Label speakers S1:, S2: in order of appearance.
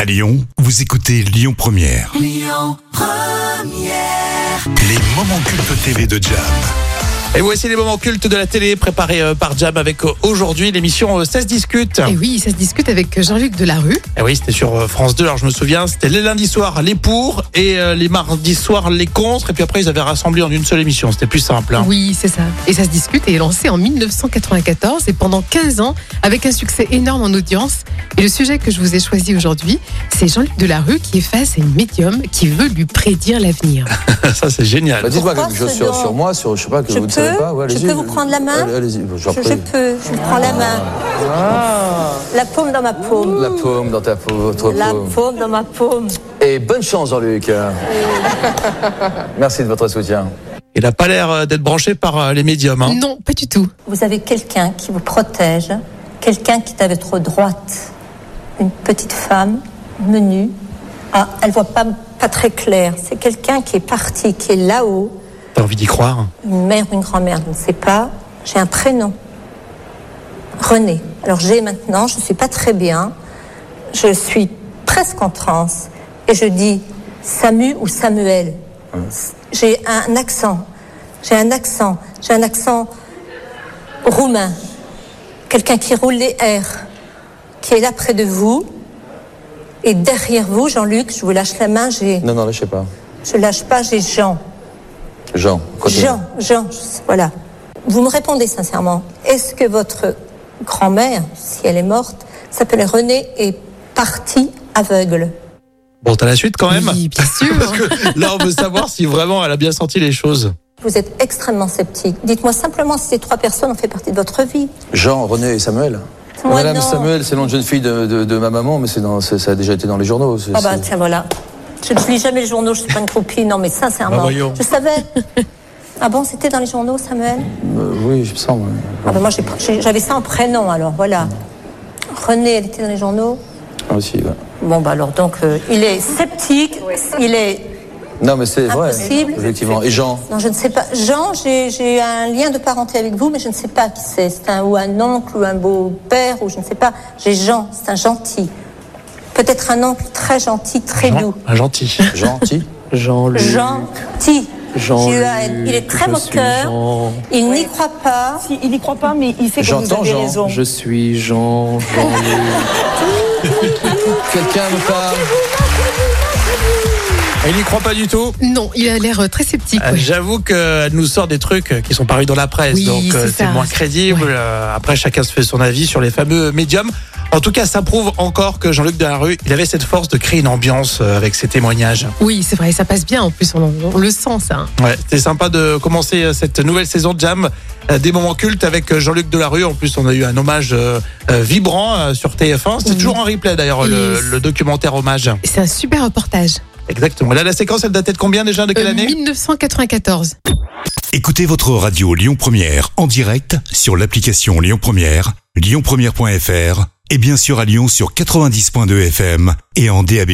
S1: À Lyon, vous écoutez Lyon Première. Les moments cultes TV de Jam.
S2: Et voici les moments cultes de la télé préparés euh, par Jam avec euh, aujourd'hui l'émission euh, Ça se discute.
S3: Et Eh oui, ça se discute avec Jean-Luc Delarue.
S2: Et oui, c'était sur euh, France 2. Alors je me souviens, c'était les lundis soirs les pour et euh, les mardis soirs les contre. Et puis après, ils avaient rassemblé en une seule émission. C'était plus simple. hein.
S3: Oui, c'est ça. Et ça se discute est lancé en 1994 et pendant 15 ans avec un succès énorme en audience. Et le sujet que je vous ai choisi aujourd'hui, c'est Jean-Luc Delarue qui est face à une médium qui veut lui prédire l'avenir.
S2: Ça, c'est génial.
S4: Bah, Dites-moi
S5: Pourquoi
S4: quelque chose
S5: ce
S4: sur,
S5: don
S4: sur moi, sur, je sais pas, que
S5: Je
S4: vous ne savez
S5: peux
S4: pas. Ouais,
S5: Je
S4: allez-y.
S5: peux vous prendre la main
S4: Allez- Allez-y, je,
S5: Je, je peux, je vous prends la main. La paume dans ma paume.
S4: La paume dans ta paume, votre
S5: La
S4: paume.
S5: paume dans ma paume.
S4: Et bonne chance, Jean-Luc. Merci de votre soutien.
S2: Il n'a pas l'air euh, d'être branché par euh, les médiums. hein.
S3: Non, pas du tout.
S5: Vous avez quelqu'un qui vous protège, quelqu'un qui est à votre droite. Une petite femme, menue. Ah, elle voit pas, pas très clair. C'est quelqu'un qui est parti, qui est là-haut.
S2: T'as envie d'y croire
S5: Une mère ou une grand-mère, je ne sais pas. J'ai un prénom. René. Alors j'ai maintenant, je ne suis pas très bien. Je suis presque en transe. Et je dis Samu ou Samuel. J'ai un accent. J'ai un accent. J'ai un accent roumain. Quelqu'un qui roule les R. Qui est là près de vous. Et derrière vous, Jean-Luc, je vous lâche la main. J'ai,
S4: Non, non, lâchez pas.
S5: je lâche pas, j'ai Jean.
S4: Jean, continue.
S5: Jean, Jean, je- voilà. Vous me répondez sincèrement. Est-ce que votre grand-mère, si elle est morte, s'appelle Renée et est partie aveugle
S2: Bon, t'as la suite quand même
S3: Oui, bien sûr.
S2: Parce que là, on veut savoir si vraiment elle a bien senti les choses.
S5: Vous êtes extrêmement sceptique. Dites-moi simplement si ces trois personnes ont fait partie de votre vie.
S4: Jean, René et Samuel.
S5: Moi,
S4: Madame
S5: non.
S4: Samuel, c'est le nom de jeune fille de, de- de ma maman, mais c'est dans, c'est- ça a déjà été dans les journaux. c'est-
S5: Ah bah
S4: c'est-
S5: tiens, voilà. Je ne lis jamais les journaux, je ne suis pas une copine, non mais
S2: Bah,
S5: sincèrement.
S2: voyons.
S5: je savais. Ah bon, c'était dans les journaux, Samuel
S4: euh, oui, je me sens.
S5: Ah bah moi j'ai- j'ai- j'avais ça en prénom alors, voilà. Renée, elle était dans les journaux
S4: aussi, ouais.
S5: Bon bah alors donc, euh, il est sceptique, il est
S4: Non, mais c'est vrai.
S5: Impossible.
S4: Effectivement. Et Jean,
S5: Non, je ne sais pas. Jean, j'ai j'ai un lien de parenté avec vous, mais je ne sais pas qui c'est. C'est un, ou un oncle, ou un beau-père, ou je ne sais pas. J'ai Jean, c'est un gentil. Peut-être un oncle très gentil, très doux.
S2: Un gentil.
S4: gentil.
S6: Jean-Luc.
S5: Gentil.
S6: Jean
S5: J-E-A-N. Il est très
S6: je suis
S5: moqueur.
S6: Jean.
S5: Il n'y croit pas.
S7: Si, il n'y croit pas, mais il fait que vous
S4: J'entends
S7: avez
S4: Jean,
S7: raison.
S6: Je suis Jean, Jean-Luc.
S4: Quelqu'un me parle.
S2: Il n'y croit pas du tout
S3: Non, il a l'air euh, très sceptique.
S2: Euh,
S3: ouais.
S2: J'avoue qu'elle nous sort des trucs qui sont parus dans la presse,
S3: Oui,
S2: donc euh,
S3: c'est
S2: c'est
S3: ça.
S2: moins crédible.
S3: Ouais.
S2: Euh, Après, chacun se fait son avis sur les fameux médiums. En tout cas, ça prouve encore que Jean-Luc Delarue, il avait cette force de créer une ambiance euh, avec ses témoignages.
S3: Oui, c'est vrai, ça passe bien en plus, on, on le sent ça. hein.
S2: Ouais, c'était sympa de commencer euh, cette nouvelle saison de Jam euh, des moments cultes avec euh, Jean-Luc Delarue. En plus, on a eu un hommage euh, euh, vibrant euh, sur TF1. C'est
S3: Oui.
S2: toujours en replay d'ailleurs le,
S3: Yes.
S2: le documentaire hommage.
S3: C'est un super reportage.
S2: Exactement. Là, la séquence, elle datait de combien déjà De quelle
S3: Euh,
S2: année
S3: 1994.
S1: Écoutez votre radio Lyon Première en direct sur l'application Lyon Première, lyonpremière.fr et bien sûr à Lyon sur 90.2 FM et en DAB+.